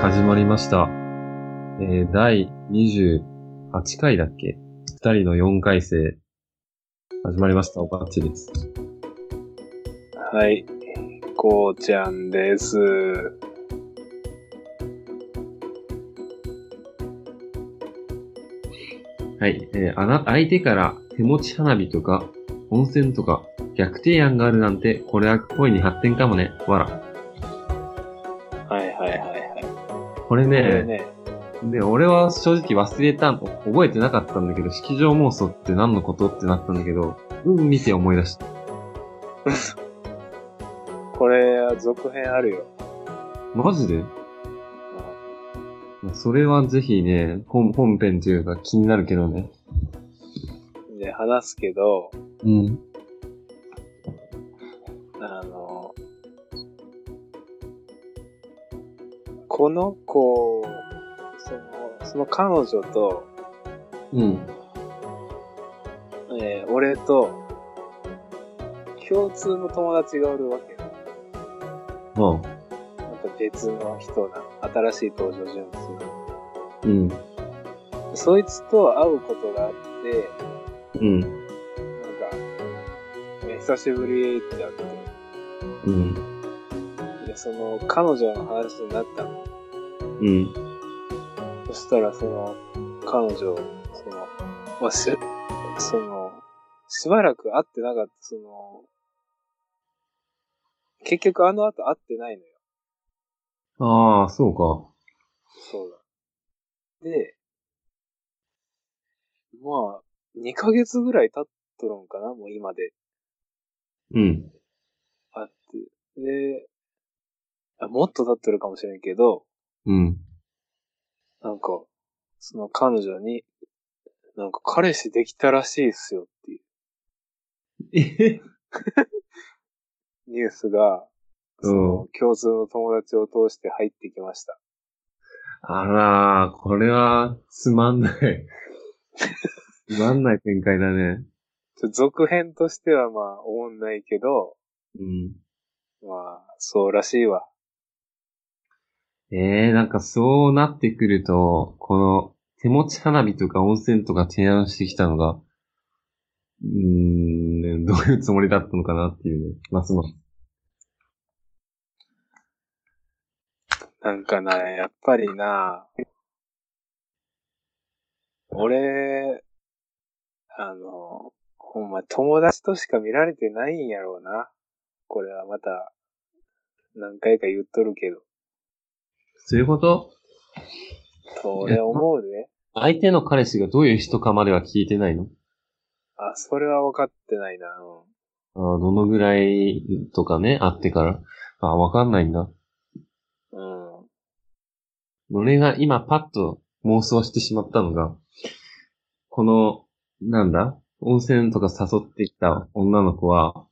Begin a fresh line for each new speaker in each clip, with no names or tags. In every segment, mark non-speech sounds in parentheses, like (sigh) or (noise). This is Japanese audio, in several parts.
始まりました。えー、第28回だっけ二人の4回生。始まりました。おばっちです。
はい。こうちゃんです。
はい。えー、あな、相手から手持ち花火とか、温泉とか、逆提案があるなんて、これは恋に発展かもね。わら。
はいはいはいはい。
これ
これ
ね、
ね、
で、俺は正直忘れたの、覚えてなかったんだけど、式場妄想って何のことってなったんだけど、うん、見て思い出した。
これは続編あるよ。
マジでそれはぜひね、本本編というか気になるけどね。
で、話すけど、
うん。
あの、この子、その、その彼女と、
うん。
えー俺と、共通の友達がおるわけよ。
まあ、
また別の人な、新しい登場人物。
うん。
そいつと会うことがあって、
うん。
なんか、ね久しぶりってなって、
うん。
で、その、彼女の話になったの。
うん。
そしたら、その、彼女、その、まあ、し、その、しばらく会ってなかった、その、結局あの後会ってないのよ。
ああ、そうか。
そうだ。で、まあ、2ヶ月ぐらい経っとるんかな、もう今で。
うん。
あって。で、あもっと経ってるかもしれんけど、
うん。 (laughs)
なんか、その彼女に、なんか彼氏できたらしいっすよっていう
え
ニュースが、
うん
その共通の友達を通して入ってきました。
あらー、これは、つまんない。 (laughs) つまんない展開だね。
ちょ続編としてはまあ、おもんないけど、
うん。
まあ、そうらしいわ。
ええー、なんかそうなってくると、この、手持ち花火とか温泉とか提案してきたのが、うーん、どういうつもりだったのかなっていうね。ますます。
なんかな、やっぱりな、俺、あの、ほんま友達としか見られてないんやろうな。これはまた、何回か言っとるけど。
そういうこと
と俺は思うで。
相手の彼氏がどういう人かまでは聞いてないの
あ、それは分かってないな。うん
あーどのぐらいとかね、会ってから。あー、わかんないんだ。
うん。
俺が今パッと妄想してしまったのが、この、なんだ温泉とか誘ってきた女の子は、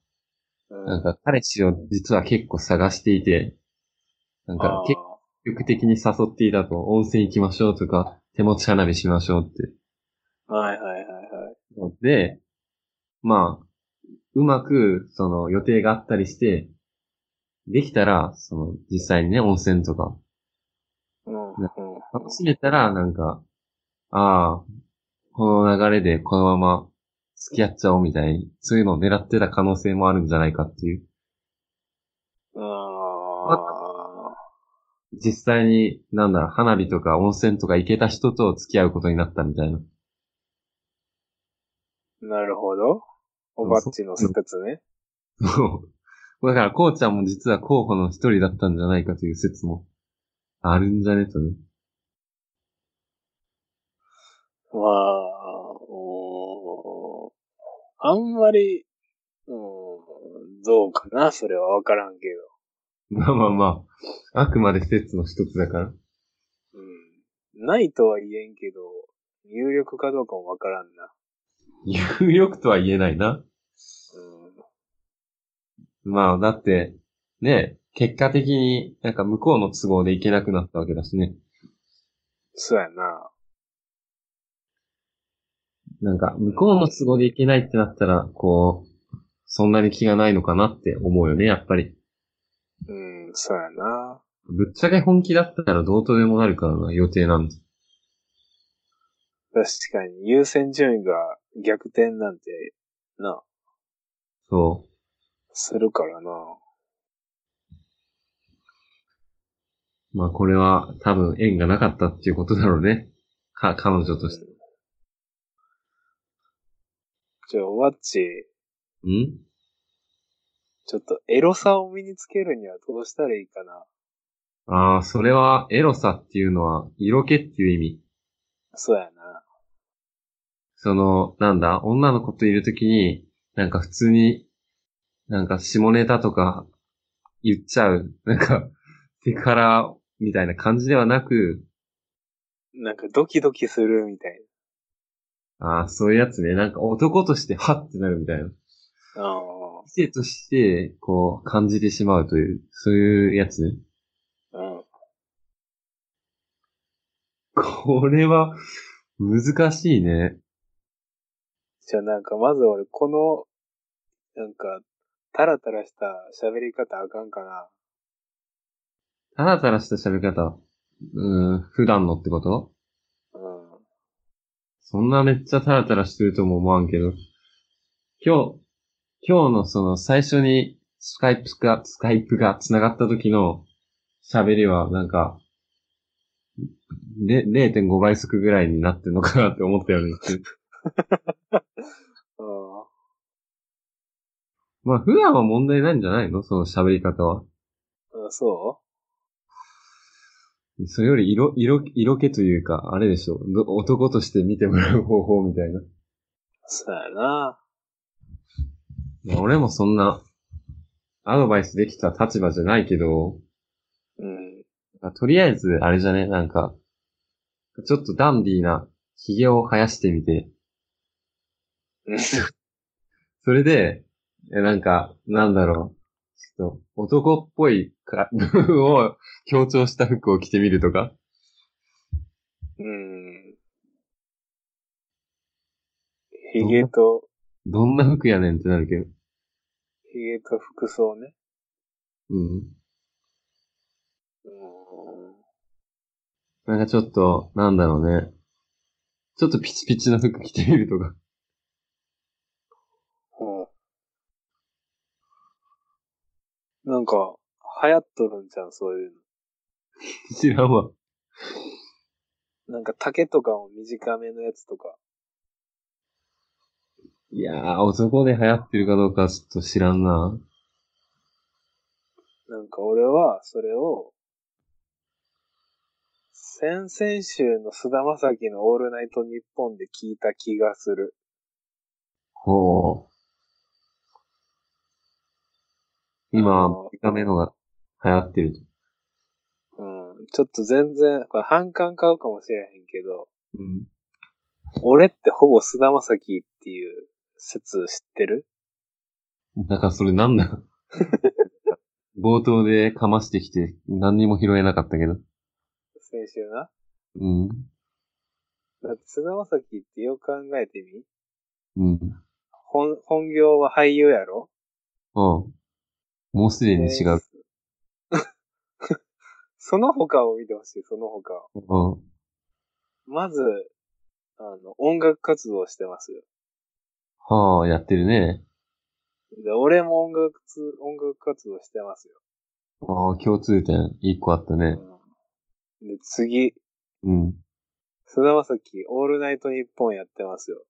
う
なん
ん。
か彼氏を実は結構探していて、なんか
あー
結局的に誘っていたと、温泉行きましょうとか、手持ち花火しましょうって。
はいはいはいはい。
で、まあ、うまく、その、予定があったりして、できたら、その、実際にね、温泉とか、
うん。うん
な楽しめたら、なんか、ああ、この流れでこのまま付き合っちゃおうみたいに、そういうのを狙ってた可能性もあるんじゃないかっていう。
あ
実際に、なんだろう、花火とか温泉とか行けた人と付き合うことになったみたいな。 (laughs)
ーなるほど。おばっちの説ね。
そう。だから、こうちゃんも実は候補の一人だったんじゃないかという説も、あるんじゃねとね。
まあ、おーあんまり、うん、どうかなそれは分からんけ
まあまあまあ、あくまで説の一つだから。
ど。うん。ないとは言えんけど、有力かどうかも分からんな。
有力とは言えないな。
うん。
まあ、だって、ね、結果的になんか向こうの都合で行けなくなったわけだしね。
そうやな。
なんか、向こうの都合で行けないってなったら、こう、そんなに気がないのかなって思うよね、やっぱり。
うん、そうやな。
ぶっちゃけ本気だったらどうとでもなるからな、予定なんて。
確かに、優先順位が逆転なんて、な、
そ
するからな。
う。まあこれは多分縁がなかったっていうことだろうね。か、彼女として。
じゃあ、ワッチ、
ん
ちょっとエロさを身につけるにはどうしたらいいかな。
ああ、それはエロさっていうのは色気っていう意味。
そうやな。
その、なんだ、女の子といるときに、なんか普通に、なんか下ネタとか言っちゃう。なんか、セクハラみたいな感じではなく、
なんかドキドキするみたい
ああ、そういうやつね。なんか男としてハッってなるみたいな。
な。あ
異性として、こう、感じてしまうという、そういうやつね。
あ、うん。
これは、難しいね。
じゃあなんかまず俺この、なんか、タラタラした喋り方あかんかな。
たらたらした喋り方。うーん、普段のってこと
うん。
そんなめっちゃタラタラしてるとも思わんけど。今日、今日のその最初にスカイプが、スカイプが繋がった時の喋りはなんか、で、0.5倍速ぐらいになってんのかなって思ったよね。
うん。
まあ普段は問題ないんじゃないのその喋り方は。
うん、そ
それより色、色、色気というか、あれでしょど男として見てもらう方法みたいな。
うそうやな。
まあ俺もそんな、アドバイスできた立場じゃないけど、
うん。
あとりあえず、あれじゃね、なんか、ちょっとダンディーな髭を生やしてみて、 (laughs)
うん
それで、えなんか、なんだろう、ちょっと、男っぽいか (laughs) 部分を強調した服を着てみるとか、
うん。ヒゲと、
どんな服やねんってなるけど、
ヒゲと服装ね。
うん。
うん。
なんかちょっと、なんだろうね、ちょっとピチピチの服着てみるとか、 (laughs)
うん。なんか、流行っとるんじゃん、そういう
知らんわ。
の。なんか竹とかも短めのやつとか。
いやー、男で流行ってるかどうかちょっと知らんな。
なんか俺は、それを、先々週の菅田将暉のオールナイトニッポンで聞いた気がする。
ほう。
あ
今
の、
見た目のが流行ってると。
うん。ちょっと全然、これ反感買うかもしれへんけど、
うん。
俺ってほぼ菅田将暉っていう説知ってる
だからそれなん (laughs) だ冒頭でかましてきて何にも拾えなかったけど。
先週な。
うん。
だって菅田将暉ってよく考えてみ
うん。
本、本業は俳優やろ
うん。もうすでに違う。
えー (laughs) その他を見てほしい、その他を。
うん。
まず、あの、音楽活動をしてますよ。
はあ、やってるね。
で、俺も音楽つ、音楽活動してますよ。
ああ、共通点一個あったね。
うんで、次、
うん。
菅田将暉、オールナイトニッポンやってますよ。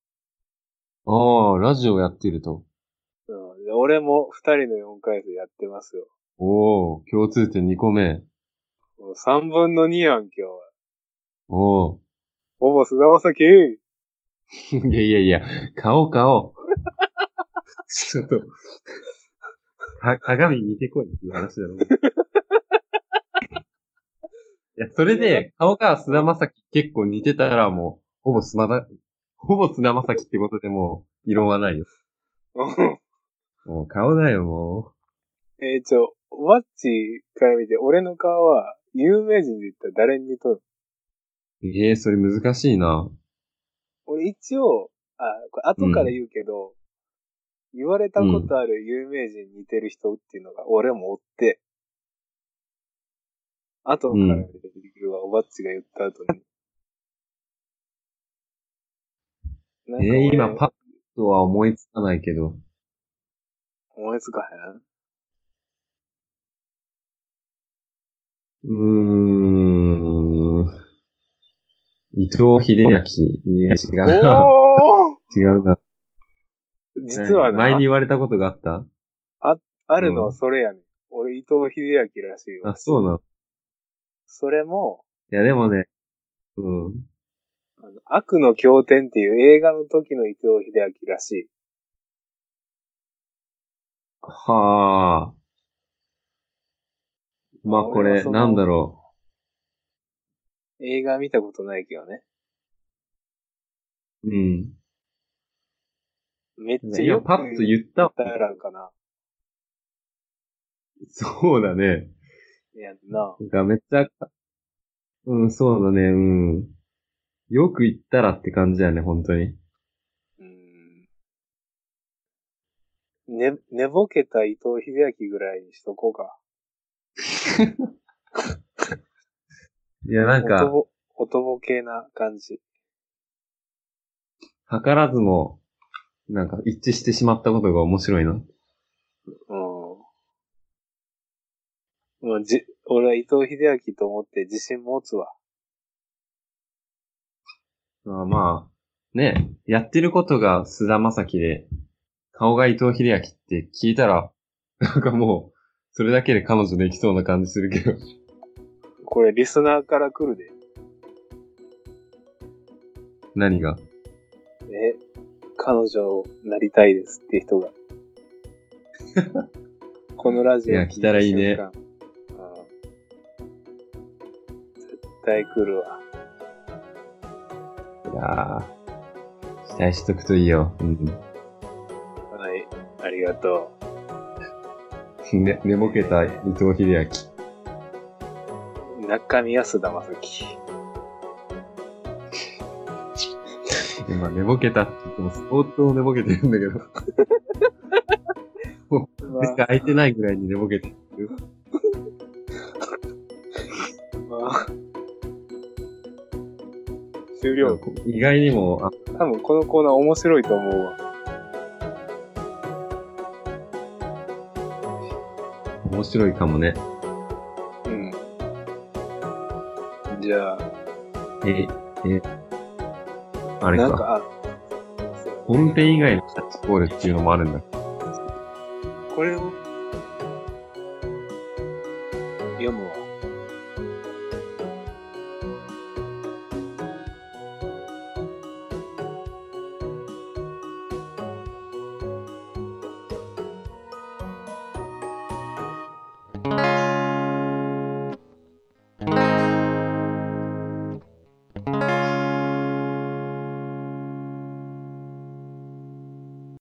ああ、ラジオやってると。
うん、で俺も二人の四回生やってますよ。
おお、共通点2個目。
もう三分の二やんけ、おい。
おお。
ほぼ菅田将暉 (laughs)
(laughs) いやいやいや、買おう買おう。ちょっと、か、鏡見てこいっていう話だ
(laughs)
ろ。いや、それで、顔が菅田将暉結構似てたらもう、ほぼ菅田、ほぼ菅田将暉ってことでもう、異論はないよ。
うん
もう顔だよ、も
えー、ちょ、ワッチから見て、俺の顔は、有名人で言ったら誰に似とる
う。ええそれ難しいな。
俺一応、あ、これ後から言うけど、言われたことある有名人に似てる人っていうのが俺もおって、後から出てくるわ、おばっちが言った後に。
え
なんか俺
ー今パッとは思いつかないけど。
思いつかへん
うーん。伊藤秀明。いや、違う (laughs) な。
おー
違うな。
実は
前に
な、
言われたことがあった
あるのはそれやねん。俺、伊藤秀明らしいよ
あ、。そうなの。
それも、
いや、でもね。うん。
あの悪の経典っていう映画の時の伊藤秀明らしい。
はあ。まあ、こ
俺は
れ、
その
なんだろ
映画見たことないけどね。
う。うん。
めっちゃ
今
よく
パッと言ったわ
ったらんかな。
そうだね。
やんな。
なんかめっちゃ、うん、そうだね、うん。よく言ったらって感じだよね、本当に。
うん。ね、寝ぼけた伊藤秀明ぐらいにしとこうか。
いや、なん
おと
か、
ぼ、おとぼけな感じ。
図らずも、なんか一致してしまったことが面白いな。
うん。もうじ、俺は伊藤秀明と思って自信持つわ。
まあまあ、ね、やってることが菅田将暉で、顔が伊藤秀明って聞いたら、なんかもう、それだけで彼女できそうな感じするけど。
これリスナーから来るで。
何が
え、彼女になりたいですって
(laughs)
人が。このラジオ
いや来たらいいね
聞た瞬間。うん絶対来るわ。
いやー、期待しとくといいよ。うん。
はい、ありがと
ね、寝ぼけた伊藤秀明。
う。中身は菅田将暉。
今寝ぼけたって言っても相当寝ぼけてるんだけど、目が開いてないぐらいに寝ぼけてる。
まあ終了。
意外にも、あ
多分このコーナー面白いと思うわ。
面白いかもね。
うん。じゃあ、
え、え、あれ
な
か。
んか、あ
本編以外のキャッチボールっていうのもあるんだ。
これを読むわ。